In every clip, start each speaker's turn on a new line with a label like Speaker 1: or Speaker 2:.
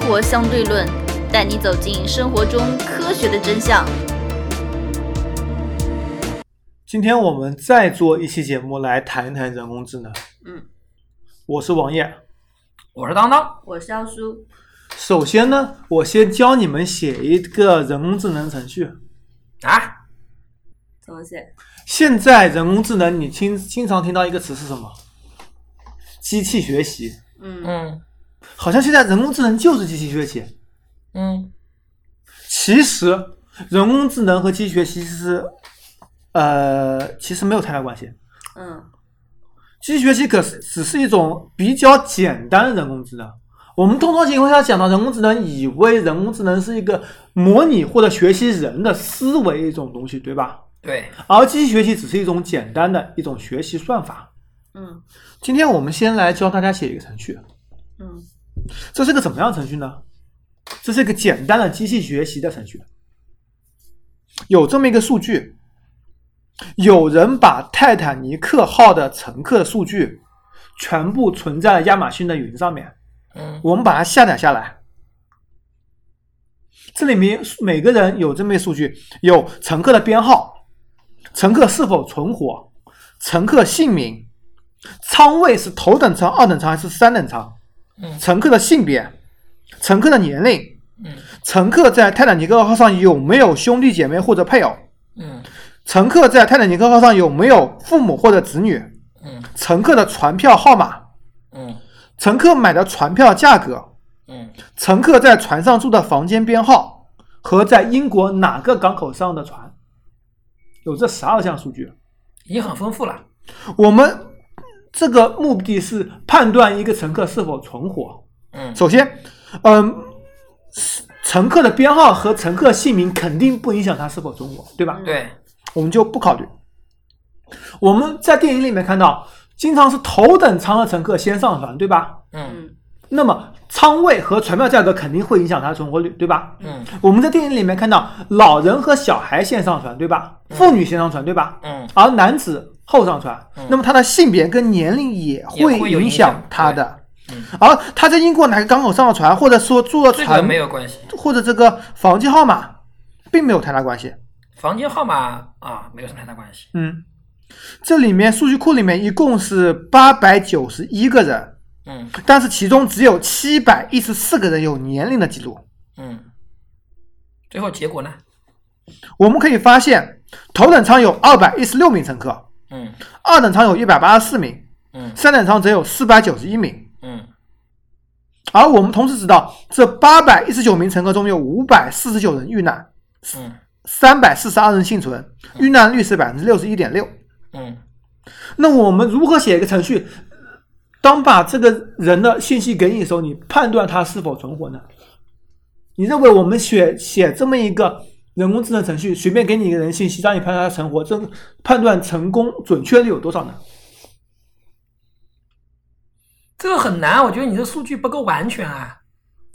Speaker 1: 活相对论》，带你走进生活中科学的真相。
Speaker 2: 今天我们再做一期节目来谈一谈人工智能。
Speaker 1: 嗯，
Speaker 2: 我是王烨。
Speaker 3: 我是当当，
Speaker 1: 我是奥叔，
Speaker 2: 首先呢，我先教你们写一个人工智能程序。
Speaker 3: 啊，
Speaker 1: 怎么写？
Speaker 2: 现在人工智能，你经经常听到一个词是什么？机器学习。
Speaker 1: 嗯
Speaker 3: 嗯
Speaker 2: 好像现在人工智能就是机器学习。
Speaker 3: 嗯
Speaker 2: 其实人工智能和机器学习是，呃，其实没有太大关系。
Speaker 1: 嗯
Speaker 2: 机器学习可是只是一种比较简单的人工智能。我们通常情况下讲到人工智能，以为人工智能是一个模拟或者学习人的思维一种东西，对吧？
Speaker 3: 对，
Speaker 2: 而机器学习只是一种简单的一种学习算法。
Speaker 1: 嗯
Speaker 2: 今天我们先来教大家写一个程序，
Speaker 1: 嗯
Speaker 2: 这是个怎么样的程序呢？这是一个简单的机器学习的程序。有这么一个数据，有人把泰坦尼克号的乘客数据全部存在了亚马逊的云上面，
Speaker 3: 嗯
Speaker 2: 我们把它下载下来。这里面每个人有这么一数据，有乘客的编号、乘客是否存活、乘客姓名、舱位是头等舱、二等舱还是三等舱、
Speaker 3: 嗯
Speaker 2: 乘客的性别、乘客的年龄、
Speaker 3: 嗯
Speaker 2: 乘客在泰坦尼克号上有没有兄弟姐妹或者配偶、
Speaker 3: 嗯
Speaker 2: 乘客在泰坦尼克号上有没有父母或者子女、
Speaker 3: 嗯
Speaker 2: 乘客的船票号码、
Speaker 3: 嗯
Speaker 2: 乘客买的船票价格、
Speaker 3: 嗯
Speaker 2: 乘客在船上住的房间编号和在英国哪个港口上的船，有这十二项数据。
Speaker 3: 已经很丰富了。
Speaker 2: 我们这个目的是判断一个乘客是否存活。
Speaker 3: 嗯
Speaker 2: 首先，嗯、乘客的编号和乘客姓名肯定不影响他是否存活，对吧？
Speaker 3: 对，
Speaker 2: 我们就不考虑。我们在电影里面看到，经常是头等舱的乘客先上船，对吧？
Speaker 3: 嗯
Speaker 1: 嗯
Speaker 2: 那么舱位和船票价格肯定会影响它的存活率，对吧？
Speaker 3: 嗯
Speaker 2: 我们在电影里面看到，老人和小孩先上船，对吧？妇女先上船，对吧？
Speaker 3: 嗯
Speaker 2: 而男子后上船
Speaker 3: 嗯，
Speaker 2: 那么他的性别跟年龄也会
Speaker 3: 也会有
Speaker 2: 影
Speaker 3: 影响
Speaker 2: 响他的
Speaker 3: 对嗯。
Speaker 2: 而他在英国哪个港口上了船，或者说住了
Speaker 3: 这个
Speaker 2: 船
Speaker 3: 没，有关系，
Speaker 2: 或者这个房间号码，并没有太大关系。
Speaker 3: 房间号码啊没有什么太大关系。
Speaker 2: 嗯，这里面数据库里面一共是八百九十一个人，
Speaker 3: 嗯
Speaker 2: 但是其中只有七百一十四个人有年龄的记录。
Speaker 3: 嗯，最后结果呢？
Speaker 2: 我们可以发现，头等舱有二百一十六名乘客，
Speaker 3: 嗯
Speaker 2: 二等舱有一百八十四名，
Speaker 3: 嗯
Speaker 2: 三等舱只有四百九十一名。
Speaker 3: 嗯
Speaker 2: 而我们同时知道，这八百一十九名乘客中有五百四十九人遇难，
Speaker 3: 嗯
Speaker 2: 三百四十二人幸存，遇难率是百分之六十一点六。
Speaker 3: 嗯
Speaker 2: 那我们如何写一个程序，当把这个人的信息给你的时候，你判断他是否存活呢？你认为我们写写这么一个人工智能程序，随便给你一个人信息，让你判断他存活，这个判断成功准确率有多少呢？
Speaker 3: 这个很难，我觉得你这数据不够完全啊。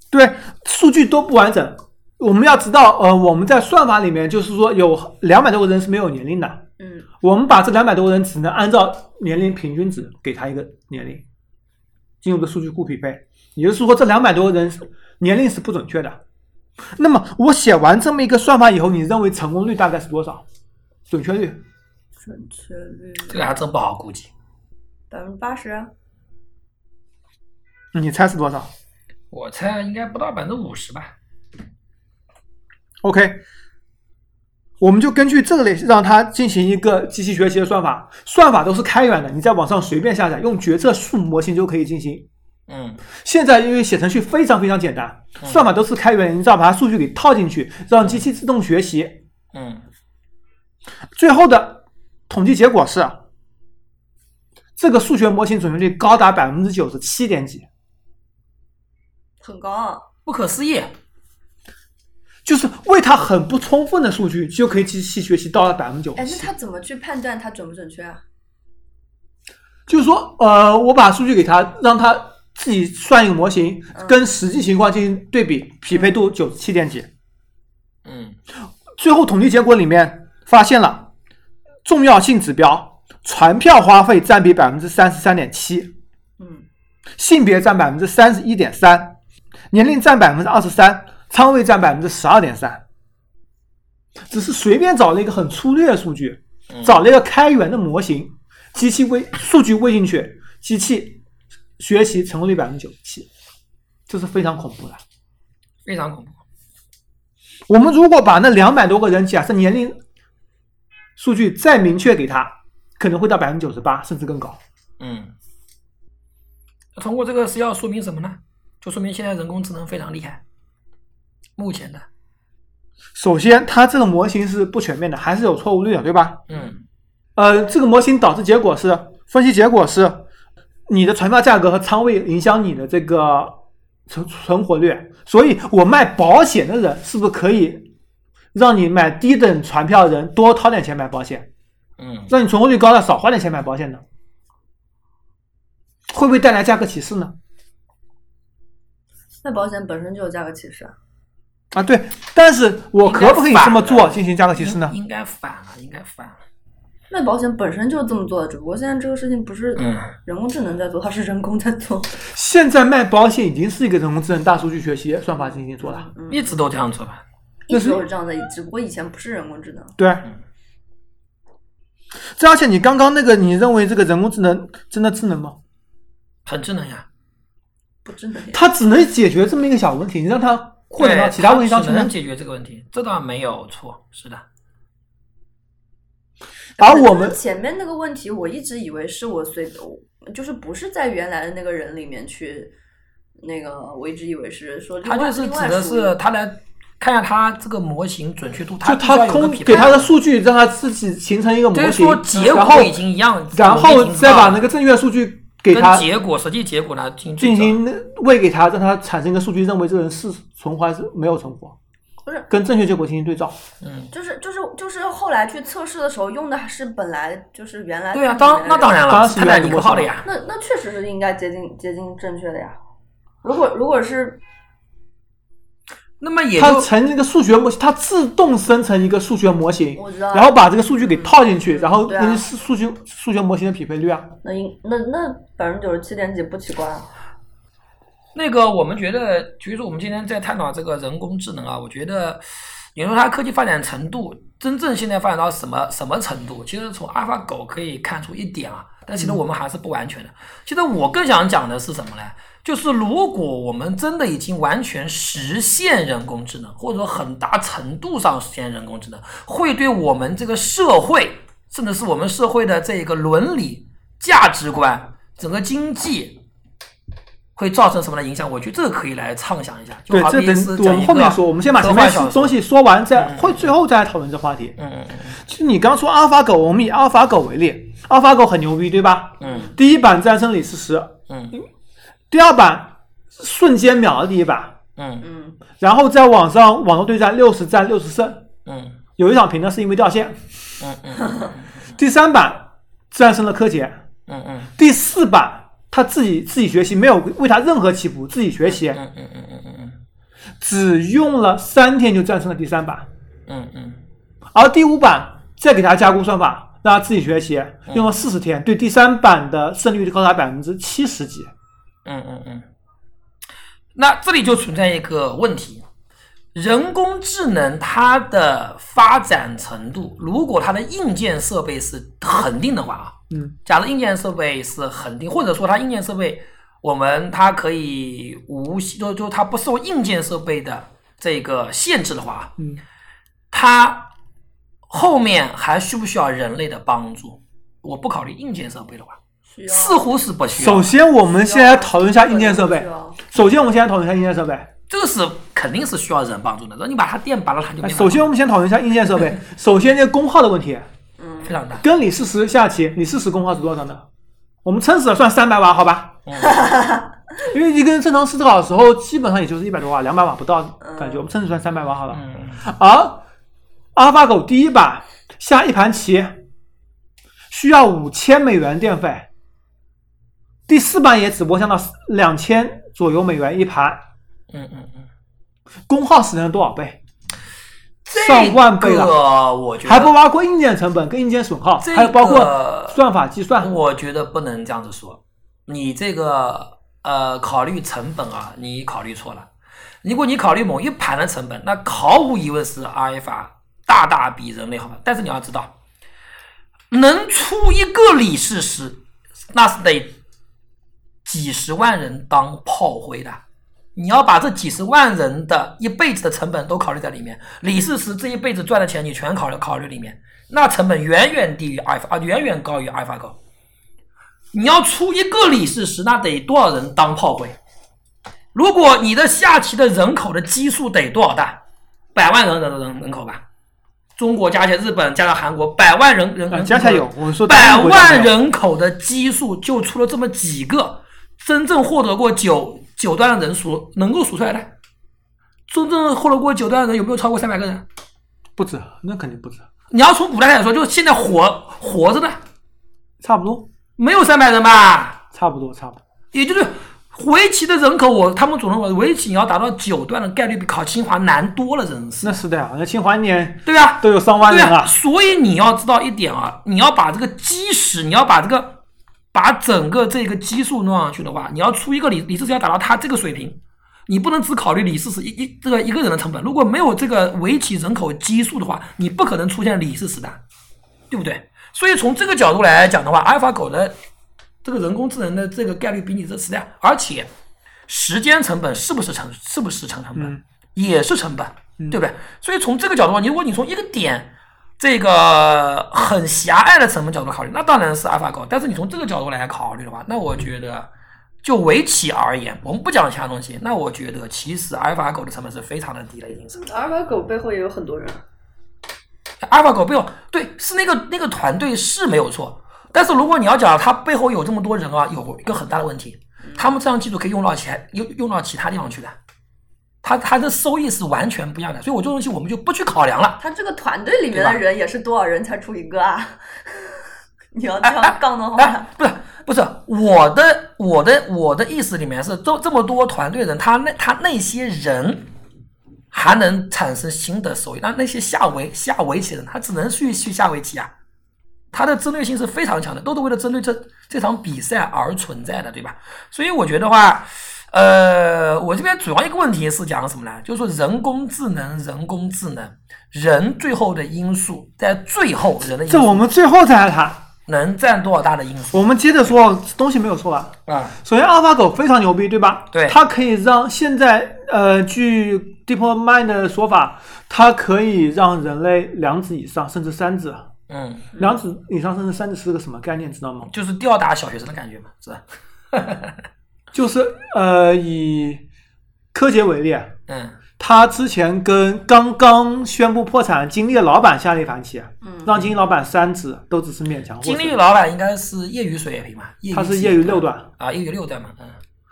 Speaker 2: 对，数据都不完整。我们要知道，呃，我们在算法里面就是说有两百多个人是没有年龄的，
Speaker 1: 嗯
Speaker 2: 我们把这两百多个人只能按照年龄平均值给他一个年龄，进入的数据库匹配。也就是说，这两百多个人是年龄是不准确的。那么我写完这么一个算法以后，你认为成功率大概是多少？准确率？
Speaker 1: 准确率
Speaker 3: 这个还真不好估计。
Speaker 1: 百分之八十，
Speaker 4: 啊
Speaker 2: 你猜是多少
Speaker 3: 我猜应该不到百分之五十吧。
Speaker 2: ？OK，我们就根据这个类让它进行一个机器学习的算法，算法都是开源的，你在网上随便下载，用决策树模型就可以进行
Speaker 3: 嗯
Speaker 2: 现在因为写程序非常非常简单，
Speaker 1: 嗯
Speaker 2: 算法都是开源，你只要把它数据给套进去，让机器自动学习，
Speaker 3: 嗯
Speaker 2: 最后的统计结果是，这个数学模型准确率高达百分之九十七点几，
Speaker 1: 很高啊。
Speaker 3: 不可思议。
Speaker 2: 就是为它很不充分的数据就可以机器学习到了百分之九
Speaker 1: 哎，
Speaker 2: 十
Speaker 1: 那
Speaker 2: 七。
Speaker 1: 他怎么去判断它准不准确啊？
Speaker 2: 就是说，呃，我把数据给它，让它自己算一个模型，跟实际情况进行对比，匹配度九十七点几。
Speaker 3: 嗯
Speaker 2: 最后统计结果里面发现了重要性指标，船票花费占比百分之三十三点七，
Speaker 1: 嗯
Speaker 2: 性别占百分之三十一点三，年龄占百分之二十三，仓位占百分之十二点三，只是随便找了一个很粗略的数据，
Speaker 3: 嗯
Speaker 2: 找了一个开源的模型，机器喂数据喂进去，机器学习成功率百分之九十七，这是非常恐怖的。
Speaker 3: 非常恐怖。
Speaker 2: 我们如果把那两百多个人假设年龄数据再明确给他，可能会到百分之九十八，甚至更高。
Speaker 3: 嗯，通过这个是要说明什么呢？就说明现在人工智能非常厉害。目前的，
Speaker 2: 首先，它这个模型是不全面的，还是有错误率的，对吧？
Speaker 3: 嗯
Speaker 2: 呃，这个模型导致结果是，分析结果是，你的船票价格和仓位影响你的这个存存活率。所以我卖保险的人是不是可以让你买低等船票的人多掏点钱买保险，
Speaker 3: 嗯，
Speaker 2: 让你存活率高的少花点钱买保险呢？会不会带来价格歧视呢？
Speaker 4: 那保险本身就有价格歧视啊，
Speaker 2: 啊，对，但是我可不可以这么
Speaker 3: 应该
Speaker 2: 做
Speaker 3: 反嗯
Speaker 2: 进行价格歧视呢？
Speaker 3: 应该反了，应该反了。
Speaker 4: 那保险本身就是这么做的，只不过现在这个事情不是
Speaker 3: 嗯
Speaker 4: 人工智能在做，它是人工在做。
Speaker 2: 现在卖保险已经是一个人工智能大数据学习算法进行做
Speaker 1: 啊
Speaker 2: 了，
Speaker 3: 一直都这样做吧。
Speaker 4: 嗯一
Speaker 2: 是
Speaker 4: 直都是这样的，只不过以前不是人工智能。
Speaker 2: 对。啊
Speaker 3: 嗯
Speaker 2: 这而且你刚刚那个，你认为这个人工智能真的智能吗？
Speaker 3: 很智能呀，
Speaker 4: 不智能，
Speaker 2: 它只能解决这么一个小问题，你让它扩展到
Speaker 3: 对
Speaker 2: 其他问题上去
Speaker 3: 只能
Speaker 2: 呢？
Speaker 3: 解决这个问题，这倒没有错，是的，
Speaker 2: 而
Speaker 4: 可是
Speaker 2: 我们
Speaker 4: 他前面那个问题，我一直以为是我随，我就是不是在原来的那个人里面去，那个我一直以为是说另
Speaker 3: 他
Speaker 4: 外
Speaker 3: 就是指的是他来看一下他这个模型准确
Speaker 2: 就
Speaker 3: 度，必须要
Speaker 2: 它
Speaker 3: 有个
Speaker 2: 空
Speaker 3: 匹配
Speaker 2: 给它的数据，让它自己形成一个
Speaker 3: 所
Speaker 2: 模
Speaker 3: 以
Speaker 2: 型
Speaker 3: 说，结
Speaker 2: 然后
Speaker 3: 果已经一样，
Speaker 2: 然
Speaker 3: 我
Speaker 2: 后
Speaker 3: 已经知
Speaker 2: 再
Speaker 3: 道
Speaker 2: 把
Speaker 3: 了
Speaker 2: 那个正确数据给
Speaker 3: 跟
Speaker 2: 它
Speaker 3: 结果实际结果来进
Speaker 2: 进
Speaker 3: 行对照
Speaker 2: 行喂给它，让它产生一个数据，认为这个人是存活还是没有存活，
Speaker 4: 不是
Speaker 2: 跟正确结果进行对照。
Speaker 3: 嗯，
Speaker 4: 就是就是就是后来去测试的时候用的还是本来就是原来
Speaker 3: 对呀、
Speaker 4: 里面
Speaker 3: 当
Speaker 4: 的
Speaker 3: 那当然
Speaker 2: 当
Speaker 3: 了，
Speaker 2: 时
Speaker 3: 他在
Speaker 2: 原来
Speaker 3: 尼
Speaker 2: 的模
Speaker 3: 克号的
Speaker 2: 型
Speaker 3: 呀，
Speaker 4: 那那确实是应该接近接近正确的呀。如果如果是
Speaker 3: 那么也
Speaker 2: 它
Speaker 3: 就
Speaker 2: 成一个数学模型，它自动生成一个数学模型
Speaker 4: 我知道，
Speaker 2: 然后把这个数据给套进去，
Speaker 4: 嗯
Speaker 2: 然后
Speaker 4: 对啊
Speaker 2: 根据数数学数学模型的匹配率啊。
Speaker 4: 那应那那百分之九十七点几不奇怪啊。
Speaker 3: 那个我们觉得，比如说我们今天在探讨这个人工智能啊，我觉得你说它科技发展程度，真正现在发展到什么什么程度？其实从阿尔法狗可以看出一点啊，但其实我们还是不完全的。其实我更想讲的是什么呢？就是如果我们真的已经完全实现人工智能，或者说很大程度上实现人工智能，会对我们这个社会，甚至是我们社会的这个伦理、价值观、整个经济会造成什么样的影响？我觉得这个可以来畅想一下。就
Speaker 2: 对，
Speaker 3: 好
Speaker 2: 这
Speaker 3: 比
Speaker 2: 等
Speaker 3: 是
Speaker 2: 我
Speaker 3: 讲
Speaker 2: 们
Speaker 3: 一
Speaker 2: 后面
Speaker 3: 个
Speaker 2: 说，我们先把
Speaker 3: 科
Speaker 2: 前
Speaker 3: 幻
Speaker 2: 面
Speaker 3: 小
Speaker 2: 东
Speaker 3: 说。
Speaker 2: 西说完，再会最后再来讨论这话题。
Speaker 3: 嗯
Speaker 2: 其实你刚说阿尔法狗，我们以阿尔法狗为例，阿尔法狗很牛逼，对吧？
Speaker 3: 嗯
Speaker 2: 第一版战胜李世石，
Speaker 3: 嗯
Speaker 2: 第二版瞬间秒了第一版，
Speaker 3: 嗯
Speaker 4: 嗯，
Speaker 2: 然后在网上网络对战六十战六十胜，
Speaker 3: 嗯
Speaker 2: 有一场平的是因为掉线。
Speaker 3: 嗯嗯
Speaker 2: 第三版战胜了柯洁，
Speaker 3: 嗯嗯
Speaker 2: 第四版他自己自己学习，没有为他任何起伏，自己学习，
Speaker 3: 嗯嗯嗯嗯
Speaker 2: 只用了三天就战胜了第三版，
Speaker 3: 嗯嗯
Speaker 2: 而第五版再给他加固算法，让他自己学习，
Speaker 3: 嗯
Speaker 2: 用了四十天，对第三版的胜率就高达百分之七十几。
Speaker 3: 嗯嗯嗯。那这里就存在一个问题：人工智能它的发展程度，如果它的硬件设备是恒定的话啊，
Speaker 2: 嗯，
Speaker 3: 假如硬件设备是恒定，或者说它硬件设备，我们它可以无就就它不受硬件设备的这个限制的话，啊
Speaker 2: 嗯，
Speaker 3: 它后面还需不需要人类的帮助？我不考虑硬件设备的话，
Speaker 4: 需要。
Speaker 3: 似乎是不需要
Speaker 2: 首
Speaker 3: 的，
Speaker 2: 先我们先来讨论一下硬件设备
Speaker 4: 需。要
Speaker 2: 首先我们先来讨论一下硬件设备。
Speaker 3: 这个是肯定是需要人帮助的。那你把它电拔了，它就没
Speaker 2: 哎
Speaker 3: 法
Speaker 2: 首先我们先讨论一下硬件设 备。首先这功耗的问题，
Speaker 4: 嗯，
Speaker 3: 非常大，
Speaker 2: 跟李世石下棋，李世石功耗是多少呢？我们撑死了算三百瓦，好吧？ 因为一个人正常思考的时候，基本上也就是一百多瓦、两百瓦不到，感觉我们撑死算三百瓦好了。
Speaker 3: 嗯
Speaker 2: 而阿尔法狗第一把下一盘棋需要五千美元电费，第四版也只不过降到两千左右美元一盘，
Speaker 3: 嗯嗯嗯，
Speaker 2: 功耗是能多少倍？
Speaker 3: 这
Speaker 2: 上万倍了
Speaker 3: 个我觉得
Speaker 2: 还不包括硬件成本跟硬件损耗，
Speaker 3: 这
Speaker 2: 还有包括
Speaker 3: 个
Speaker 2: 算法计算。
Speaker 3: 我觉得不能这样子说，你这个呃考虑成本啊，你考虑错了。如果你考虑某一盘的成本，那毫无疑问是阿尔法大大比人类好吧。但是你要知道，能出一个李世石，那是得几十万人当炮灰的。你要把这几十万人的一辈子的成本都考虑在里面，李世石这一辈子赚的钱你全考虑考虑里面，那成本远远低于阿尔法啊，远远高于阿尔法狗。你要出一个李世石，那得多少人当炮灰？如果你的下棋的人口的基数得多少大？百万人人人人口吧，中国加起来，日本加上韩国，百万人人人
Speaker 2: 啊，加起来有，我们说
Speaker 3: 百
Speaker 2: 单独国家没
Speaker 3: 万
Speaker 2: 有
Speaker 3: 人口的基数就出了这么几个真正获得过九九段的人数能够数出来的，真正获得过九段的人有没有超过三百个人？
Speaker 2: 不止，那肯定不止，
Speaker 3: 你要从古代来说，就现在活活着的
Speaker 2: 差不多，
Speaker 3: 没有三百人吧？
Speaker 2: 差不多，差不多。
Speaker 3: 也就是围棋的人口，我他们总认为围棋你要达到九段的概率比考清华难多了，真是
Speaker 2: 那是的呀，那清华一年
Speaker 3: 对吧？
Speaker 2: 都有上万
Speaker 3: 对
Speaker 2: 人
Speaker 3: 啊，
Speaker 2: 啊，
Speaker 3: 所以你要知道一点啊，你要把这个基石，你要把这个把整个这个基数弄上去的话，你要出一个李李世石要达到他这个水平，你不能只考虑李世石一一这个一个人的成本。如果没有这个围棋人口基数的话，你不可能出现李世石的，对不对？所以从这个角度来讲的话，阿尔法狗的这个人工智能的这个概率比你这次大，而且时间成本是不是成是不是成成本、也是成本，对不对？所以从这个角度，如果你从一个点这个很狭隘的成本角度考虑，那当然是阿尔法狗。但是你从这个角度来考虑的话，那我觉得就围棋而言，我们不讲其他东西，那我觉得其实阿尔法狗的成本是非常的低了，已经是。
Speaker 4: 阿尔法狗背后也有很多人，
Speaker 3: 阿尔法狗背后对是那个那个团队是没有错，但是如果你要讲它背后有这么多人啊，有一个很大的问题，他们这样技术可以用到其他用用到其他地方去的，它它的收益是完全不一样的，所以我这东西我们就不去考量了。
Speaker 4: 他这个团队里面
Speaker 3: 对吧
Speaker 4: 的人也是多少人才出一个啊？ 你要这样杠的
Speaker 3: 哎
Speaker 4: 话，，
Speaker 3: 不是不是，我的我的我的意思里面是，这这么多团队人，他那他那些人还能产生新的收益，那那些下围下围棋的人，他只能去去下围棋啊，他的针对性是非常强的，都是为了针对这这场比赛而存在的，对吧？所以我觉得话。呃，我这边主要一个问题是讲什么呢？就是说人工智能，人工智能，人最后的因素，在最后人的因
Speaker 2: 这我
Speaker 3: 素
Speaker 2: 们最后再来谈。
Speaker 3: 能占多少大的因素
Speaker 2: 我们接着说，东西没有说完。
Speaker 3: 啊？
Speaker 2: 首先，阿尔法狗非常牛逼，对吧？
Speaker 3: 对
Speaker 2: 它可以让现在呃，据 DeepMind 的说法，它可以让人类两指以上，甚至三指，啊
Speaker 3: 嗯，
Speaker 2: 两指以上甚至三指是个什么概念，知道吗？
Speaker 3: 就是吊打小学生的感觉嘛，是吧？
Speaker 2: 就是呃，以柯洁为例，啊
Speaker 3: 嗯
Speaker 2: 他之前跟刚刚宣布破产金立的老板下了一盘棋，啊
Speaker 4: 嗯
Speaker 2: 让金立老板三指都只是勉强获胜。
Speaker 3: 金立老板应该是业余水平嘛，业余
Speaker 2: 他是
Speaker 3: 级
Speaker 2: 业余六段，
Speaker 3: 啊，业余六段嘛，嗯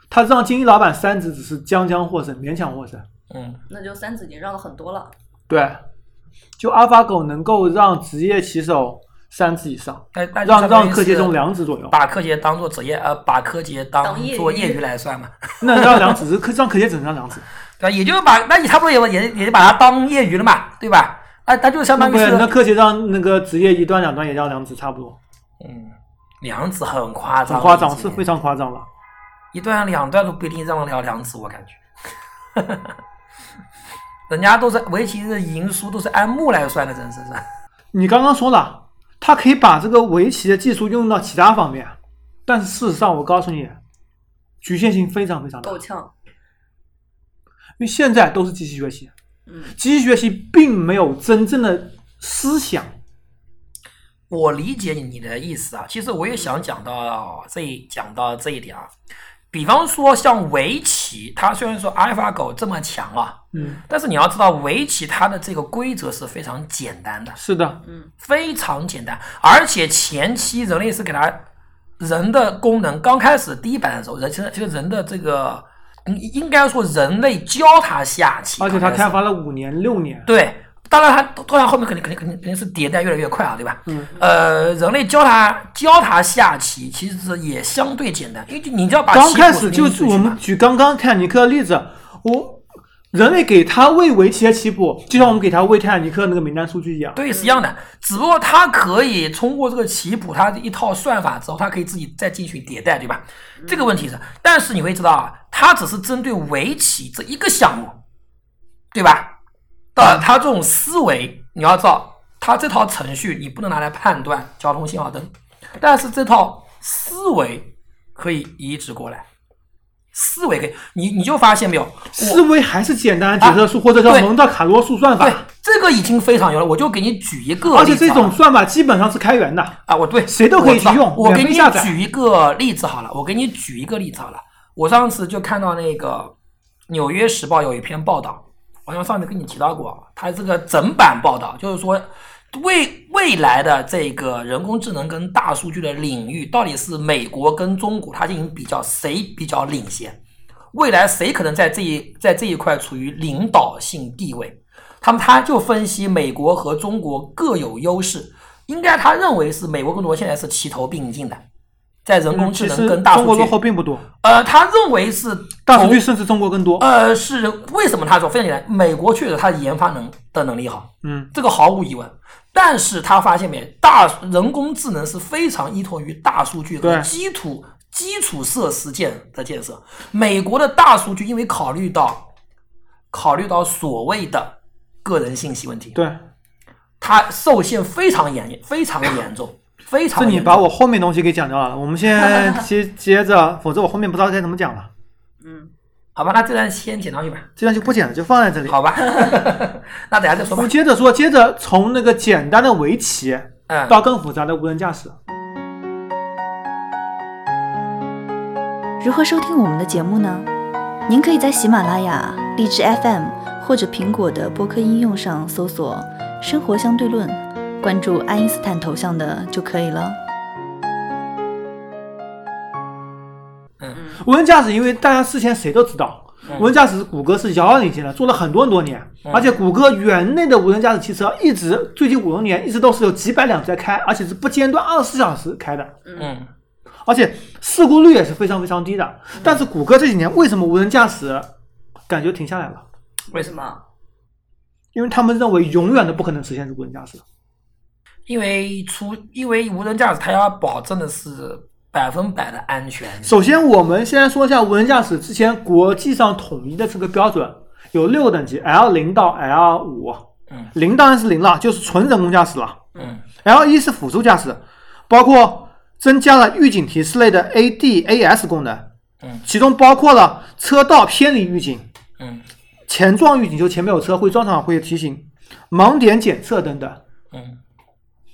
Speaker 2: 他让金立老板三指只是将将获胜，勉强获胜。
Speaker 3: 嗯，
Speaker 4: 那就三子已经让了很多了。
Speaker 2: 对，就阿尔法狗能够让职业棋手三指以上，
Speaker 3: 但但就
Speaker 2: 让
Speaker 3: 相当于
Speaker 2: 让柯洁这种两指左右，
Speaker 3: 把柯洁当做职业，呃，把柯洁当
Speaker 4: 当业余
Speaker 3: 做业余来算嘛，
Speaker 2: 那让两指是柯让柯洁只能让两指，
Speaker 3: 对吧，也就是把那你差不多也也也把他当业余了嘛，对吧？啊，他就相
Speaker 2: 那
Speaker 3: 当于
Speaker 2: 不
Speaker 3: 是
Speaker 2: 是那柯洁让那个职业一段两段也让两指差不多，
Speaker 3: 嗯，两指很夸张，
Speaker 2: 很夸张，
Speaker 3: 已
Speaker 2: 是
Speaker 3: 经
Speaker 2: 非常夸张了。
Speaker 3: 一段两段都不一定让得了两指，我感觉。 人家都是围棋的赢输都是按目来算的，真是是。
Speaker 2: 你刚刚说了，他可以把这个围棋的技术用到其他方面，但是事实上我告诉你，局限性非常非常大，
Speaker 4: 够
Speaker 2: 因
Speaker 4: 呛。
Speaker 2: 为现在都是机器学习，
Speaker 4: 嗯，
Speaker 2: 机器学习并没有真正的思想。
Speaker 3: 我理解你的意思啊，其实我也想讲到这一讲到这一点啊。比方说像围棋，它虽然说阿尔法狗这么强啊，
Speaker 2: 嗯，
Speaker 3: 但是你要知道围棋它的这个规则是非常简单的，
Speaker 2: 是的，
Speaker 3: 非常简单，而且前期人类是给它人的功能刚开始第一版的时候，人其实这个人的这个应应该说人类教它下棋，
Speaker 2: 而且他
Speaker 3: 刚开始
Speaker 2: 开发了五年六年，
Speaker 3: 对，当然它当然后面肯定肯定肯定肯定是迭代越来越快啊，对吧？
Speaker 2: 嗯。
Speaker 3: 呃，人类教他教他下棋，其实也相对简单，因为就你只要把
Speaker 2: 刚
Speaker 3: 棋
Speaker 2: 开
Speaker 3: 谱
Speaker 2: 始
Speaker 3: 拎
Speaker 2: 就
Speaker 3: 出去
Speaker 2: 我们
Speaker 3: 嘛
Speaker 2: 举刚刚泰坦尼克的例子，我人类给他喂围棋的棋谱，就像我们给他喂泰坦尼克那个名单数据一样。
Speaker 3: 对是一样的，只不过它可以通过这个棋谱，它一套算法之后，它可以自己再进行迭
Speaker 2: 嗯
Speaker 3: 代，对吧？这个问题是，但是你会知道啊，它只是针对围棋这一个项目，对吧？到了他这种思维，你要知道，他这套程序你不能拿来判断交通信号灯，但是这套思维可以移植过来，思维可以，你你就发现没有，
Speaker 2: 思维还是简单的决策树，或者叫
Speaker 3: 啊对
Speaker 2: 蒙特卡洛数算
Speaker 3: 对
Speaker 2: 法。
Speaker 3: 这个已经非常有了，我就给你举一个例子啊，
Speaker 2: 而且这种算法基本上是开源的，
Speaker 3: 啊，我对
Speaker 2: 谁都可以去用
Speaker 3: 我知道我给
Speaker 2: 免费
Speaker 3: 你
Speaker 2: 下载
Speaker 3: 举一个例子好了，我给你举一个例子好了。我上次就看到那个《纽约时报》有一篇报道，好像上面跟你提到过，它这个整版报道就是说。未未来的这个人工智能跟大数据的领域，到底是美国跟中国它进行比较，谁比较领先？未来谁可能在这一在这一块处于领导性地位？他们他就分析美国和中国各有优势，应该他认为是美国跟中国现在是齐头并进的，在人工智
Speaker 2: 啊嗯其
Speaker 3: 能
Speaker 2: 实
Speaker 3: 跟大
Speaker 2: 中
Speaker 3: 数
Speaker 2: 国
Speaker 3: 据
Speaker 2: 落，后并不多，
Speaker 3: 呃，他认为是
Speaker 2: 大数据甚至中国更多。
Speaker 3: 呃是为什么他说非常简单，美国确实它的研发能的能力好，
Speaker 2: 嗯，
Speaker 3: 这个毫无疑问。但是他发现没，大人工智能是非常依托于大数据和
Speaker 2: 对
Speaker 3: 基础基础设施建的建设。美国的大数据因为考虑到考虑到所谓的个人信息问题，
Speaker 2: 对，
Speaker 3: 它受限非常严非常严重， 非常
Speaker 2: 是你
Speaker 3: 严重。
Speaker 2: 把我后面东西给讲掉了，我们 先接接着，否则我后面不知道该怎么讲了。
Speaker 4: 嗯，
Speaker 3: 好吧，那这段先剪到这吧，
Speaker 2: 这段就不讲了，就放在这里。
Speaker 3: 好吧， 那等下再说
Speaker 2: 我
Speaker 3: 吧
Speaker 2: 们。接着说，接着从那个简单的围棋
Speaker 3: 嗯，
Speaker 2: 到更复杂的无人驾驶。
Speaker 1: 如何收听我们的节目呢？您可以在喜马拉雅、荔枝 FM 或者苹果的播客应用上搜索“生活相对论”，关注爱因斯坦头像的就可以了。
Speaker 2: 无人驾驶，因为大家之前谁都知道，
Speaker 3: 嗯
Speaker 2: 无人驾驶是谷歌是遥遥领先的，做了很多很多年，
Speaker 3: 嗯
Speaker 2: 而且谷歌园内的无人驾驶汽车一直最近五六年一直都是有几百辆在开，而且是不间断二十四小时开的，
Speaker 3: 嗯
Speaker 2: 而且事故率也是非常非常低的。但是谷歌这几年为什么无人驾驶感觉停下来了？
Speaker 4: 为什么？
Speaker 2: 因为他们认为永远都不可能实现无人驾驶。
Speaker 3: 因为出因为无人驾驶，它要保证的是百分百的安全。
Speaker 2: 首先，我们先来说一下无人驾驶之前国际上统一的这个标准有六个等级，L 零到 L 五。
Speaker 3: 嗯，
Speaker 2: 零当然是零了，就是纯人工驾驶了。
Speaker 3: 嗯
Speaker 2: L 一是辅助驾驶，包括增加了预警提示类的 ADAS 功能，
Speaker 3: 嗯
Speaker 2: 其中包括了车道偏离预警、
Speaker 3: 嗯
Speaker 2: 前撞预警，就前面有车会撞上会提醒、盲点检测等等。
Speaker 3: 嗯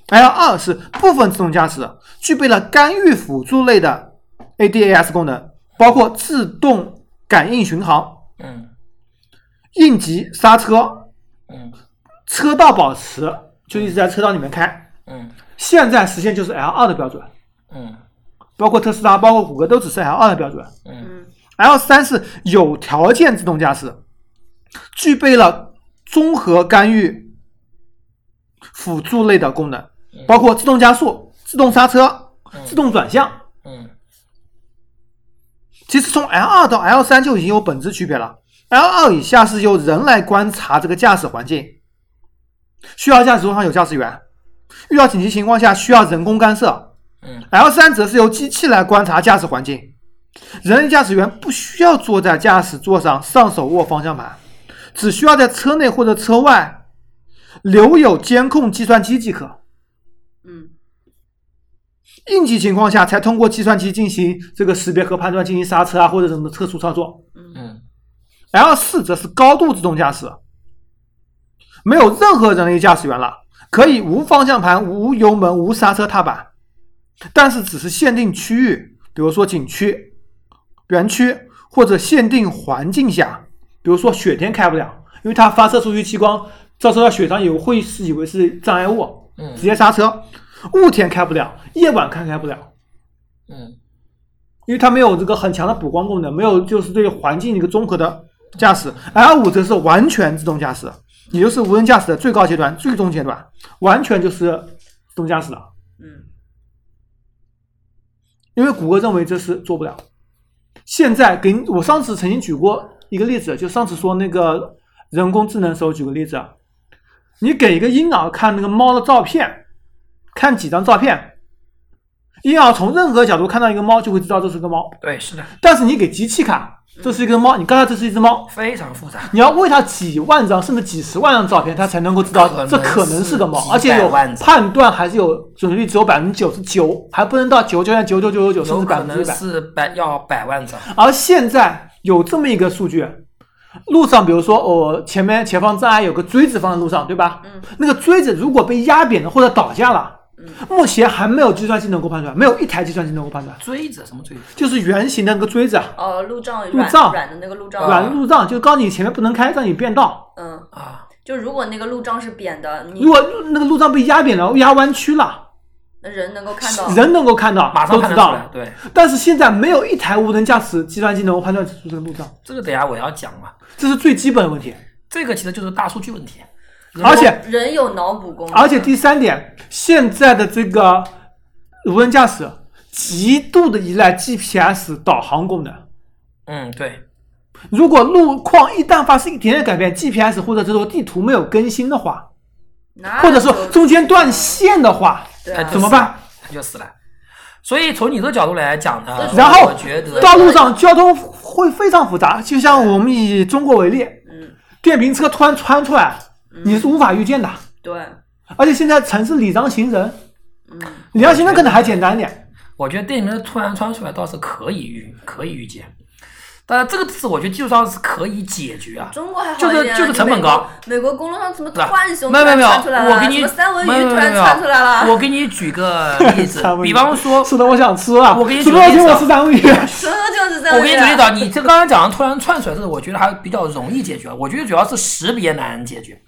Speaker 2: L 二是部分自动驾驶，具备了干预辅助类的 ADAS 功能，包括自动感应巡航、
Speaker 3: 嗯
Speaker 2: 应急刹车、
Speaker 3: 嗯
Speaker 2: 车道保持，就一直在车道里面开。
Speaker 3: 嗯
Speaker 2: 现在实现就是 L 二的标准，
Speaker 3: 嗯
Speaker 2: 包括特斯拉、包括谷歌都只是 L 二的标准。
Speaker 3: 嗯
Speaker 4: 嗯
Speaker 2: L 三是有条件自动驾驶，具备了综合干预辅助类的功能，包括自动加速、自动刹车、自动转向。
Speaker 3: 嗯
Speaker 2: 其实从 L 二到 L 三就已经有本质区别了。L 二以下是由人来观察这个驾驶环境，需要驾驶座上有驾驶员，遇到紧急情况下需要人工干涉。
Speaker 3: 嗯
Speaker 2: L 三则是由机器来观察驾驶环境，人力驾驶员不需要坐在驾驶座上上手握方向盘，只需要在车内或者车外留有监控计算机即可。
Speaker 4: 嗯
Speaker 2: 应急情况下才通过计算机进行这个识别和判断，进行刹车啊或者什么特殊操作。
Speaker 3: 嗯
Speaker 2: L 四则是高度自动驾驶，没有任何人力驾驶员了，可以无方向盘、无油门、无刹车踏板，但是只是限定区域，比如说景区、园区或者限定环境下，比如说雪天开不了，因为它发射出去激光照射到雪上以后会是以为是障碍物，
Speaker 3: 嗯
Speaker 2: 直接刹车。雾天开不了，夜晚开开不了，
Speaker 3: 嗯
Speaker 2: 因为它没有这个很强的补光功能，没有就是对环境一个综合的驾驶。L 五则是完全自动驾驶，也就是无人驾驶的最高阶段、最终阶段，完全就是自动驾驶了。
Speaker 4: 嗯
Speaker 2: 因为谷歌认为这是做不了。现在给你我上次曾经举过一个例子，就上次说那个人工智能的时候举个例子，啊你给一个婴儿看那个猫的照片，看几张照片，婴儿从任何角度看到一个猫就会知道这是个猫，
Speaker 3: 对，是的，
Speaker 2: 但是你给机器看，
Speaker 3: 嗯
Speaker 2: 这是一个猫，你告诉他这是一只猫，
Speaker 3: 非常复杂。
Speaker 2: 你要喂它几万张甚至几十万张照片，它才能够知道这可能是个猫
Speaker 3: 可，
Speaker 2: 而
Speaker 3: 能是
Speaker 2: 且有
Speaker 3: 几百万张
Speaker 2: 判断还是有准确率只有百分之九十九，还不能到九九点九九九九九甚
Speaker 3: 有
Speaker 2: 至百
Speaker 3: 可
Speaker 2: 分之
Speaker 3: 能
Speaker 2: 一百。
Speaker 3: 是百要百万张，
Speaker 2: 而现在有这么一个数据，路上比如说我、哦前面前方障碍有个锥子放在路上，对吧？
Speaker 4: 嗯，
Speaker 2: 那个锥子如果被压扁了或者倒下了
Speaker 4: 嗯，
Speaker 2: 目前还没有计算机能够判断，没有一台计算机能够判断，
Speaker 3: 锥子什么锥子？
Speaker 2: 就是圆形的那个锥子啊，
Speaker 4: 哦，路障
Speaker 2: 路
Speaker 4: 软
Speaker 2: 障
Speaker 4: 软的那个路障，
Speaker 3: 啊
Speaker 2: 软路障，就告诉你前面不能开，让你变道。
Speaker 4: 嗯，
Speaker 3: 啊，
Speaker 4: 就如果那个路障是扁的，你
Speaker 2: 如果那个路障被压扁了、压弯曲了，
Speaker 4: 人能够看到，
Speaker 2: 人能够看到
Speaker 3: 马，上
Speaker 2: 都
Speaker 3: 判
Speaker 2: 知
Speaker 3: 断
Speaker 2: 道
Speaker 3: 出来
Speaker 2: 了。。
Speaker 3: 对，
Speaker 2: 但是现在没有一台无人驾驶计算机能够判断出这个路障，
Speaker 3: 这个等一下我要讲嘛。
Speaker 2: 这是最基本的问题。
Speaker 3: 这个其实就是大数据问题，
Speaker 2: 而且
Speaker 4: 人有脑补功能，
Speaker 2: 而且第三点，现在的这个无人驾驶极度的依赖 GPS 导航功能。
Speaker 3: 嗯，对，
Speaker 2: 如果路况一旦发生一点点改变，GPS 或者这种地图没有更新的话，
Speaker 4: 哪
Speaker 2: 或者
Speaker 4: 啊有
Speaker 2: 说中间断，线的话，
Speaker 4: 对
Speaker 3: 哎
Speaker 4: 啊，
Speaker 2: 怎么办？
Speaker 3: 他就死了。所以从你这角度来讲呢
Speaker 4: 对，
Speaker 2: 然后
Speaker 3: 我觉得
Speaker 2: 道路上交通会非常复杂。就像我们以中国为例，
Speaker 4: 嗯，
Speaker 2: 电瓶车突然窜出来，
Speaker 3: 嗯
Speaker 2: 你是无法预见的。
Speaker 4: 对，
Speaker 2: 而且现在城市礼让行人，
Speaker 4: 嗯，
Speaker 2: 礼让行人可能还简单一点，
Speaker 3: 我觉得电影的突然窜出来倒是可以预可以预见，但是这个是我觉得技术上是可以解决啊。
Speaker 4: 中国还好
Speaker 3: 就
Speaker 4: 一
Speaker 3: 是
Speaker 4: 点啊，
Speaker 3: 就是
Speaker 4: 你
Speaker 3: 成本
Speaker 4: 美国
Speaker 3: 高。
Speaker 4: 美国公路上怎么突
Speaker 3: 对吧
Speaker 4: 然熊
Speaker 3: 没
Speaker 4: 突
Speaker 3: 有没有没
Speaker 4: 然
Speaker 3: 有
Speaker 4: 窜出来，
Speaker 3: 我
Speaker 4: 了？
Speaker 3: 给你
Speaker 4: 什么三文
Speaker 3: 没有
Speaker 4: 鱼突然
Speaker 3: 没有
Speaker 4: 窜出来了，
Speaker 3: 我给你举个例 子
Speaker 2: 三，文鱼
Speaker 3: 比方说，
Speaker 2: 是的，我想吃啊，
Speaker 3: 我给你
Speaker 2: 什
Speaker 3: 举
Speaker 2: 么
Speaker 3: 个例
Speaker 2: 时
Speaker 3: 子啊
Speaker 2: 候我吃三文鱼？
Speaker 4: 什么就是三
Speaker 3: 我
Speaker 4: 文鱼，
Speaker 3: 给你举例子啊，你这刚才讲的突然窜出来，这个我觉得还比较容易解决。啊我觉得主要是识别难解决。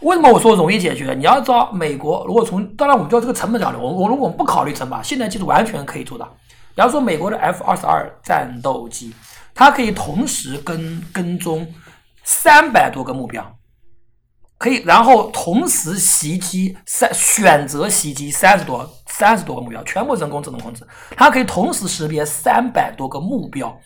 Speaker 3: 为什么我说容易解决？你要知道，美国如果从当然我们就这个成本角度，我我如果我们不考虑成本，啊现代技术完全可以做到。比方说美国的 F 二十二战斗机，它可以同时跟跟踪三百多个目标，可以，然后同时袭击三选择袭击三十多三十多个目标，全部人工智能控制，它可以同时识别三百多个目标。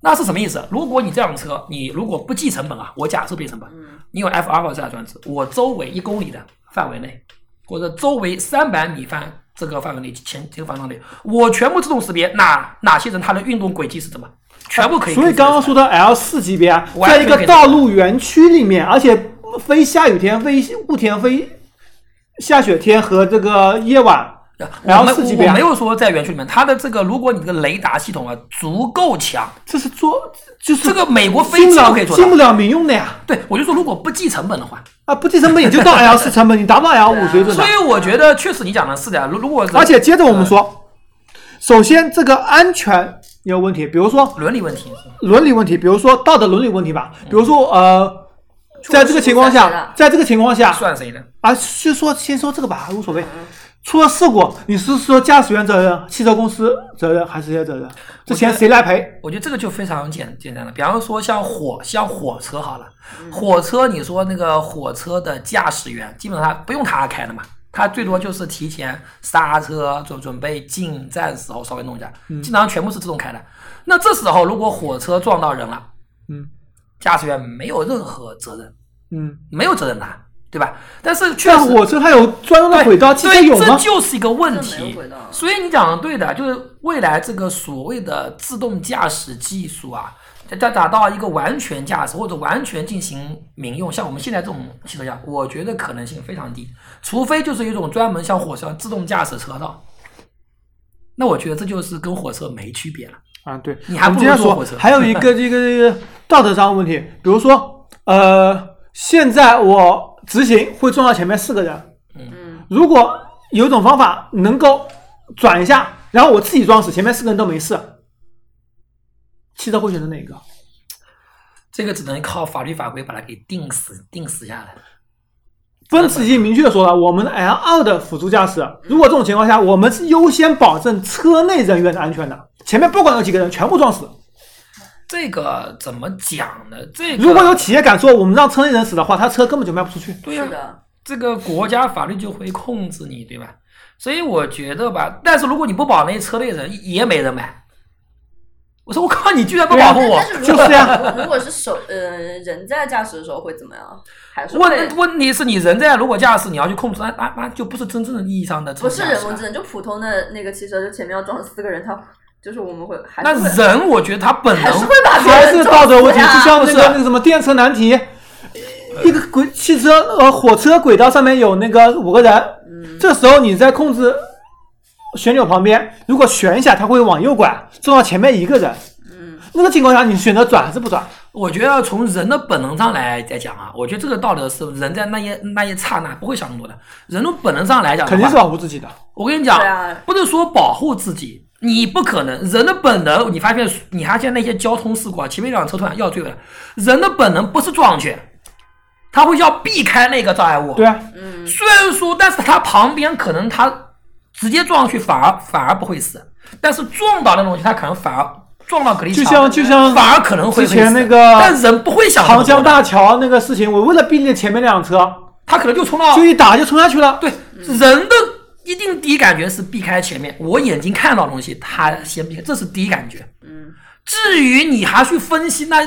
Speaker 3: 那是什么意思？如果你这辆车，你如果不计成本啊，我假设不计成本，你有 F 二二这专制，我周围一公里的范围内，或者周围三百米范这个范围内前这个方向内，我全部自动识别哪哪些人他的运动轨迹是什么，全部可 以。
Speaker 2: 所以刚刚说的 L 四级别啊，
Speaker 3: 完
Speaker 2: 在
Speaker 3: 全
Speaker 2: 一
Speaker 3: 可以
Speaker 2: 个道路园区里面，而且非下雨天、非雾天、非下雪天和这个夜晚，然后
Speaker 3: 我没
Speaker 2: 四级
Speaker 3: 我
Speaker 2: 别啊
Speaker 3: 没有说在园区里面，它的这个如果你这个雷达系统啊足够强，
Speaker 2: 这是做就是
Speaker 3: 这个美国飞
Speaker 2: 进不
Speaker 3: 机都
Speaker 2: 了
Speaker 3: 可以做
Speaker 2: 进不
Speaker 3: 到。
Speaker 2: 了民用的呀。
Speaker 3: 对，我就说如果不计成本的话，
Speaker 2: 啊，不计成本也就到 L 四成本，你达不到 L 五水准的
Speaker 3: 所。以我觉得确实你讲的是的，如如果是
Speaker 2: 而且接着我们说，首先这个安全有问题，比如说
Speaker 3: 伦理问题，
Speaker 2: 伦理问题，比如说道德伦理问题吧，比如说呃，在这个情况
Speaker 4: 出了事故
Speaker 2: 下
Speaker 4: 了，
Speaker 2: 在这个情况下
Speaker 3: 算谁的？
Speaker 2: 啊，就说先说这个吧，无所谓。出了事故，你是说驾驶员责任、汽车公司责任还是谁的责任？这钱谁来赔？
Speaker 3: 我觉得这个就非常简简单了。比方说像火像火车好了，
Speaker 2: 嗯
Speaker 3: 火车你说那个火车的驾驶员，基本上他不用他开的嘛，他最
Speaker 2: 嗯
Speaker 3: 多就是提前刹车准准备进站时候稍微弄一下，
Speaker 2: 嗯
Speaker 3: 基本上全部是自动开的。那这时候如果火车撞到人了，
Speaker 2: 嗯
Speaker 3: 驾驶员没有任何责任，
Speaker 2: 嗯，
Speaker 3: 没有责任的，对吧？但是确
Speaker 2: 但
Speaker 3: 实
Speaker 2: 火车它有专用的
Speaker 3: 对
Speaker 2: 轨道，汽车
Speaker 3: 对
Speaker 2: 有
Speaker 3: 这
Speaker 2: 吗？
Speaker 3: 就是一个问
Speaker 4: 这没
Speaker 3: 题
Speaker 4: 有轨道。
Speaker 3: 所以你讲的对的，就是未来这个所谓的自动驾驶技术啊，它达到一个完全驾驶或者完全进行民用，像我们现在这种汽车一样，我觉得可能性非常低，除非就是有一种专门像火车自动驾驶车道。那我觉得这就是跟火车没区别了。
Speaker 2: 啊，对，
Speaker 3: 你还
Speaker 2: 我们
Speaker 3: 不
Speaker 2: 接
Speaker 3: 如
Speaker 2: 着
Speaker 3: 坐
Speaker 2: 说
Speaker 3: 火车，
Speaker 2: 还有一个这个这个道德上的问题，比如说，呃，现在我执行会撞到前面四个人，
Speaker 4: 嗯，
Speaker 2: 如果有一种方法能够转一下，然后我自己撞死，前面四个人都没事，汽车会选择哪一个？
Speaker 3: 这个只能靠法律法规把它给定死、定死下来。
Speaker 2: 奔驰已经明确说了，我们 L 二的辅助驾驶，如果这种情况下，我们是优先保证车内人员的安全的，前面不管有几个人，全部撞死。
Speaker 3: 这个怎么讲呢？这个
Speaker 2: 如果有企业敢说我们让车内人死的话，他车根本就卖不出去。
Speaker 3: 对呀、
Speaker 4: 是的，
Speaker 3: 这个国家法律就会控制你，对吧？所以我觉得吧，但是如果你不保那车内人，也没人买。我说我靠，你居然不保护我
Speaker 4: 啊但！是如
Speaker 2: 就
Speaker 4: 果
Speaker 2: 是呀
Speaker 4: 如果是手呃人在驾驶的时候会怎么样？还是会
Speaker 3: 问问题是你人在如果驾驶，你要去控制，那那那就不是真正的意义上的车
Speaker 4: 不是
Speaker 3: 驾驶
Speaker 4: 人
Speaker 3: 啊
Speaker 4: 工智能，就普通的那个汽车，就前面要撞四个人，它就是我们会还
Speaker 3: 那
Speaker 4: 是会
Speaker 3: 人，我觉得他本
Speaker 4: 还是
Speaker 3: 能
Speaker 4: 会把 别
Speaker 2: 还
Speaker 4: 人
Speaker 2: 是
Speaker 4: 揍
Speaker 2: 道德问题，
Speaker 4: 死呀
Speaker 2: 就像那
Speaker 3: 不
Speaker 2: 个
Speaker 3: 是
Speaker 2: 那个什么电车难题，一个轨汽车呃火车轨道上面有那个五个
Speaker 3: 嗯
Speaker 2: 人，这时候你在控制旋钮旁边，如果旋一下，它会往右拐，撞到前面一个人。
Speaker 3: 嗯
Speaker 2: 那个情况下，你选择转还是不转？
Speaker 3: 我觉得从人的本能上来来讲啊，我觉得这个道德是人在那一那一刹那不会想那么多的。人从本能上来讲的话，
Speaker 2: 肯定是保护自己的。
Speaker 3: 我跟你讲，
Speaker 4: 对啊
Speaker 3: 不是说保护自己，你不可能。人的本能，你发现你发现那些交通事故啊，前面一辆车突然要追了，人的本能不是撞去，他会要避开那个障碍物。
Speaker 2: 对啊，
Speaker 3: 虽然说，但是他旁边可能他直接撞上去，反而反而不会死，但是撞到那东西，他可能反而撞到隔离
Speaker 2: 就
Speaker 3: 墙，
Speaker 2: 像就像
Speaker 3: 反而可能会
Speaker 2: 之前
Speaker 3: 会死
Speaker 2: 那个
Speaker 3: 但人不会想那么
Speaker 2: 长
Speaker 3: 多
Speaker 2: 江，大桥那个事情，我为了避免前面那辆车，
Speaker 3: 他可能就冲到
Speaker 2: 就一打就冲下去了。
Speaker 3: 对人的一定第一感觉是避开前面，我眼睛看到的东西，他先避开，这是第一感觉。嗯，至于你还去分析那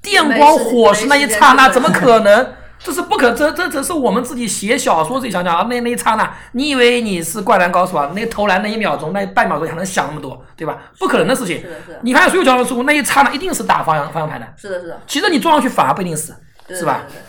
Speaker 3: 电光火石那一刹那，
Speaker 4: 没时
Speaker 3: 怎
Speaker 4: 间
Speaker 3: 么可能？这是不可，这这这是我们自己写小说自己想想啊，那那一刹那，你以为你是灌篮高手啊？那投篮那一秒钟，那半秒钟你还能想那么多，对吧？不可能的事情
Speaker 4: 是的是的。
Speaker 3: 你发现所有交通事故，那一刹那一定是打方向方向盘的，
Speaker 4: 是的，是的，
Speaker 3: 其实你撞上去反而不一定死，
Speaker 4: 对
Speaker 3: 是吧？？
Speaker 4: 对对对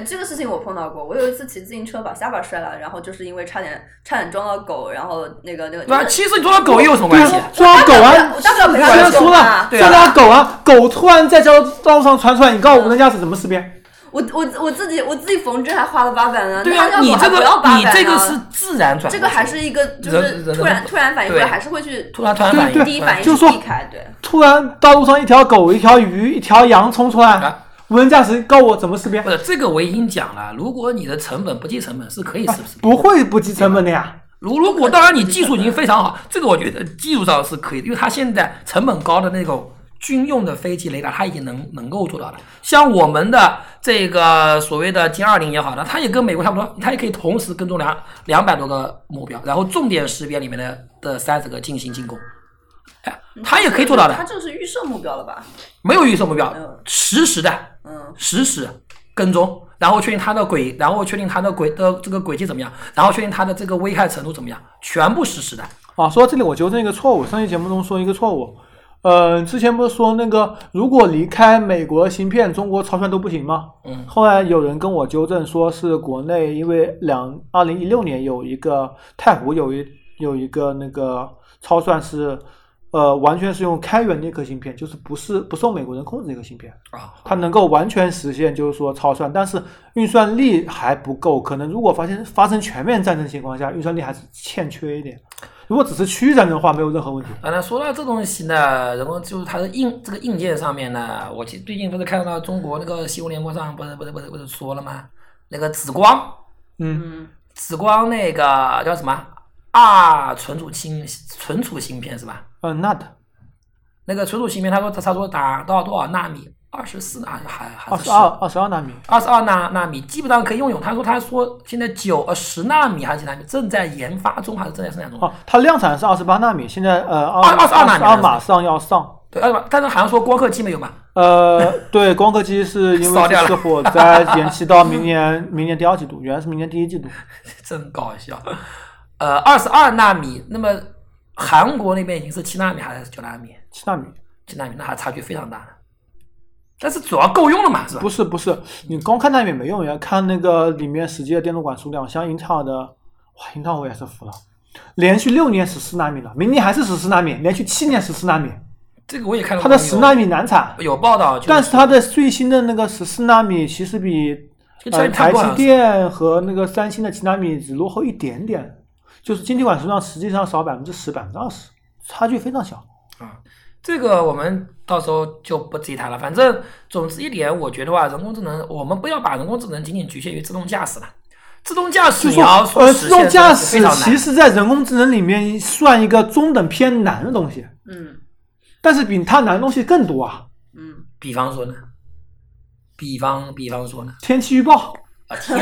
Speaker 4: 哎，这个事情我碰到过。我有一次骑自行车把下巴摔了，然后就是因为差点差点撞到狗，然后那个那个，
Speaker 3: 对吧？
Speaker 4: 就是
Speaker 3: 其实你撞到狗又有什么关系？
Speaker 2: 抓狗啊
Speaker 4: 我，大不了赔
Speaker 2: 虽
Speaker 4: 他
Speaker 2: 然
Speaker 4: 狗
Speaker 2: 说了
Speaker 4: 嘛，。
Speaker 3: 对
Speaker 2: 虽
Speaker 3: 啊
Speaker 2: 然他狗啊，狗突然在交道上窜出来，你告诉我无人驾驶怎么识别？
Speaker 4: 我我我自己我自己缝针还花了八百呢。
Speaker 3: 对
Speaker 4: 那
Speaker 3: 啊，
Speaker 4: 要
Speaker 3: 你
Speaker 4: 我还
Speaker 3: 这
Speaker 4: 不要
Speaker 3: 个
Speaker 4: 八
Speaker 3: 你
Speaker 4: 百
Speaker 3: 这个
Speaker 4: 呢
Speaker 3: 是自然转过去，
Speaker 4: 这个还是一个就
Speaker 3: 人
Speaker 4: 是
Speaker 3: 人
Speaker 4: 突然突然反应过来，
Speaker 3: 对
Speaker 4: 还是会去
Speaker 3: 突然突然反应，
Speaker 2: 对
Speaker 4: 第一反应
Speaker 2: 就是说
Speaker 4: 避开，对。
Speaker 2: 突然道路上一条狗、一条鱼、一条羊冲出来
Speaker 3: 啊，
Speaker 2: 无人驾驶，告我怎么识别
Speaker 3: 不？是这个我已经讲了，如果你的成本不计成本是可以识别。
Speaker 2: 不会不计成本的呀。
Speaker 3: 如如果当然你技术已经非常好，这个我觉得技术上是可以的，因为它现在成本高的那种军用的飞机雷达，它已经能能够做到了。像我们的这个所谓的歼二零也好了，它也跟美国差不多，它也可以同时跟踪两两百多个目标，然后重点识别里面的的三十个进行进攻，哎，它也可以做到的
Speaker 4: 他，这个是预设目标了吧？
Speaker 3: 没有预设目标
Speaker 4: 嗯，
Speaker 3: 实时的。
Speaker 4: 嗯，
Speaker 3: 实时跟踪，然后确定它的轨，然后确定它的轨的这个轨迹怎么样，然后确定它的这个危害程度怎么样，全部实时的。
Speaker 2: 啊，说到这里，我纠正一个错误。上期节目中说一个错误，呃，之前不是说那个如果离开美国芯片，中国超算都不行吗？
Speaker 3: 嗯，
Speaker 2: 后来有人跟我纠正，说是国内因为两二零一六年有一个太湖有一有一个那个超算是，呃，完全是用开源的一颗芯片，就是不是不受美国人控制的一个芯片。
Speaker 3: 啊，
Speaker 2: 它能够完全实现，就是说超算，但是运算力还不够。可能如果发现发生全面战争的情况下，运算力还是欠缺一点。如果只是区域战争的话，没有任何问题。
Speaker 3: 当然说到这东西呢，然后就是它的硬这个硬件上面呢，我其最近不是看到中国那个新闻联播上不是不是不是不是说了吗？那个紫光，
Speaker 2: 嗯，
Speaker 3: 紫光那个叫什么二存储芯存储芯片是吧？
Speaker 2: 嗯，那的
Speaker 3: 那个存储芯片，他说他他说达到多少纳米？二十四纳还还
Speaker 2: 二
Speaker 3: 是
Speaker 2: 十二二十二纳米，
Speaker 3: 二十二纳纳米基本上可以用用。他说他说现在九呃十纳米还是几纳米正在研发中还是正在生产中？
Speaker 2: 哦，它量产是二十八纳米，现在呃
Speaker 3: 二
Speaker 2: 二
Speaker 3: 22纳米
Speaker 2: 二马上要上。
Speaker 3: 对，呃，但是好像说光刻机没有吧？
Speaker 2: 呃， 对，光刻机是因
Speaker 3: 烧
Speaker 2: 为
Speaker 3: 掉
Speaker 2: 这
Speaker 3: 了
Speaker 2: 次火灾延期到明年 明年第二季度，原来是明年第一季度。
Speaker 3: 真搞笑。呃，二十二纳米，那么韩国那边已经是七纳米还是九纳米？
Speaker 2: 七纳米
Speaker 3: 七纳米，那还差距非常大呢。但是主要够用了嘛，是吧
Speaker 2: 不？是不是，你光看纳米没用，要啊看那个里面实际的电路管数量。像英特尔的，哇，英特尔我也是服了，连续六年十四纳米了，明年还是十四纳米，连续七年十四纳米，
Speaker 3: 这个我也看到
Speaker 2: 它的
Speaker 3: 过有
Speaker 2: 十纳米难产，
Speaker 3: 有报道，就
Speaker 2: 但是它的最新的那个十四纳米其实比
Speaker 3: 这个效
Speaker 2: 呃
Speaker 3: 率太
Speaker 2: 台
Speaker 3: 过了
Speaker 2: 积电和那个三星的七纳米只落后一点点，就是晶体管数量实际上少百分之十、百分之二十，差距非常小。
Speaker 3: 啊，这个我们到时候就不提它了。反正总之一点，我觉得话，人工智能我们不要把人工智能仅仅局限于自动驾驶了。自动驾驶
Speaker 2: 就
Speaker 3: 你
Speaker 2: 说
Speaker 3: 要
Speaker 2: 呃，
Speaker 3: 实
Speaker 2: 自动
Speaker 3: 现
Speaker 2: 驾
Speaker 3: 真的是非
Speaker 2: 驶
Speaker 3: 常
Speaker 2: 其
Speaker 3: 难。
Speaker 2: 实在人工智能里面算一个中等偏难的东西。
Speaker 4: 嗯
Speaker 2: 但是比它难的东西更多啊！
Speaker 4: 嗯，
Speaker 3: 比方说呢，比方比方说呢，
Speaker 2: 天气预报
Speaker 3: 啊天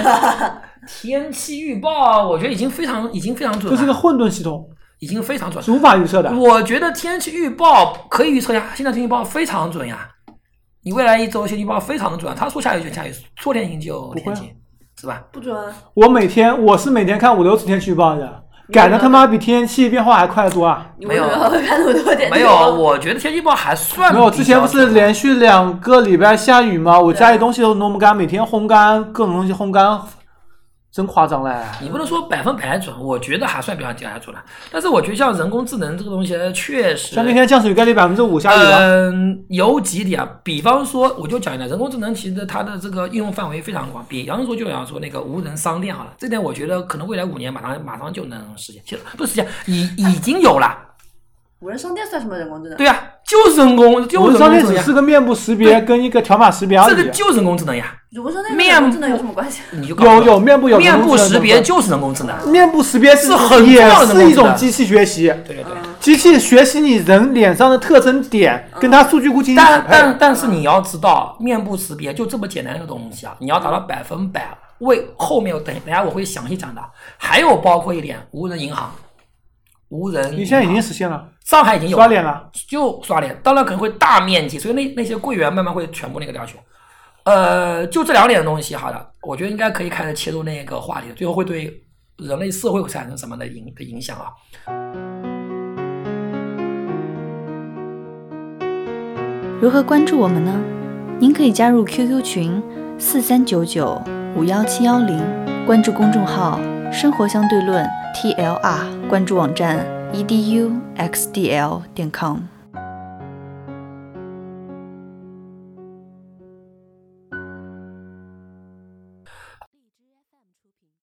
Speaker 3: 天气预报，我觉得已经非常已经非常准
Speaker 2: 这
Speaker 3: 了，
Speaker 2: 是个混沌系统，
Speaker 3: 已经非常准
Speaker 2: 是。无法预测的。
Speaker 3: 我觉得天气预报可以预测呀，现在天气预报非常准呀。你未来一周天气预报非常准，他说下雨就下雨，说天晴就
Speaker 2: 会
Speaker 3: 天
Speaker 2: 啊
Speaker 3: 晴，是吧？
Speaker 4: 不准啊。
Speaker 2: 我每天我是每天看五六次天气预报的，改的他妈比天气变化还快得多啊！
Speaker 4: 你为什么要看那么多 电
Speaker 3: 没
Speaker 4: 视
Speaker 3: 有，
Speaker 4: 报
Speaker 3: 我觉得天气预报还算
Speaker 2: 没有，
Speaker 3: 比
Speaker 2: 之前
Speaker 3: 较
Speaker 2: 不是
Speaker 3: 准
Speaker 2: 连续两个礼拜下雨吗？我家里东西都弄不干，每天烘干各种东西烘干，真夸张嘞！
Speaker 3: 你不能说百分百准，我觉得还算比较还准了。但是我觉得像人工智能这个东西，确实，
Speaker 2: 像那天降水概率百分之五下雨啊了，
Speaker 3: 嗯，有几点，比方说，我就讲一下，人工智能其实它的这个应用范围非常广，比方说就啊想说那个无人商店好了，这点我觉得可能未来五年马上马上就能实现，其实不是实现，已已经有了，
Speaker 4: 无人商店算什么人工智能？
Speaker 3: 对呀、就是人工，就
Speaker 2: 我
Speaker 3: 是
Speaker 2: 们
Speaker 3: 人
Speaker 2: 商
Speaker 3: 工
Speaker 2: 店
Speaker 3: 智能
Speaker 2: 只
Speaker 3: 呀
Speaker 2: 是，个面部识别跟一个条码识别而
Speaker 3: 这个
Speaker 2: 已。啊
Speaker 3: 就是人工智能呀，
Speaker 4: 无人商店跟
Speaker 3: 面
Speaker 4: 人工智能有
Speaker 3: 部
Speaker 4: 什么关系？
Speaker 3: 你就搞
Speaker 2: 有
Speaker 3: 不
Speaker 2: 有
Speaker 3: 懂
Speaker 2: 面部有
Speaker 3: 面
Speaker 2: 人
Speaker 3: 部
Speaker 2: 工智能
Speaker 3: 识别
Speaker 2: 成
Speaker 3: 就是人工智能，
Speaker 2: 分面部识别
Speaker 3: 是很重
Speaker 2: 也
Speaker 3: 要的
Speaker 2: 是一
Speaker 3: 功
Speaker 2: 种
Speaker 3: 能
Speaker 2: 机器学习。
Speaker 3: 对对对。
Speaker 2: 机器学习你人脸上的特征点，跟它数据库进行哎匹
Speaker 3: 但
Speaker 2: 配。
Speaker 3: 但但是你要知道，面部识别就这么简单一个东西啊，你要达到百分百，为后面我等等下我会详细讲的。还有包括一点，无人银行，无人银行
Speaker 2: 你现在已经实现了，
Speaker 3: 上海已经有
Speaker 2: 刷脸了，
Speaker 3: 就刷脸，当然可能会大面积，所以那那些柜员慢慢会全部那个掉去。呃，就这两点东西，好了，我觉得应该可以开始切入那个话题，最后会对人类社会会产生什么的影的影响啊？
Speaker 1: 如何关注我们呢？您可以加入 QQ 群四三九九五幺七幺零，关注公众号“生活 E 相对论 ”TLR，关注网站 eduxdl 点 com。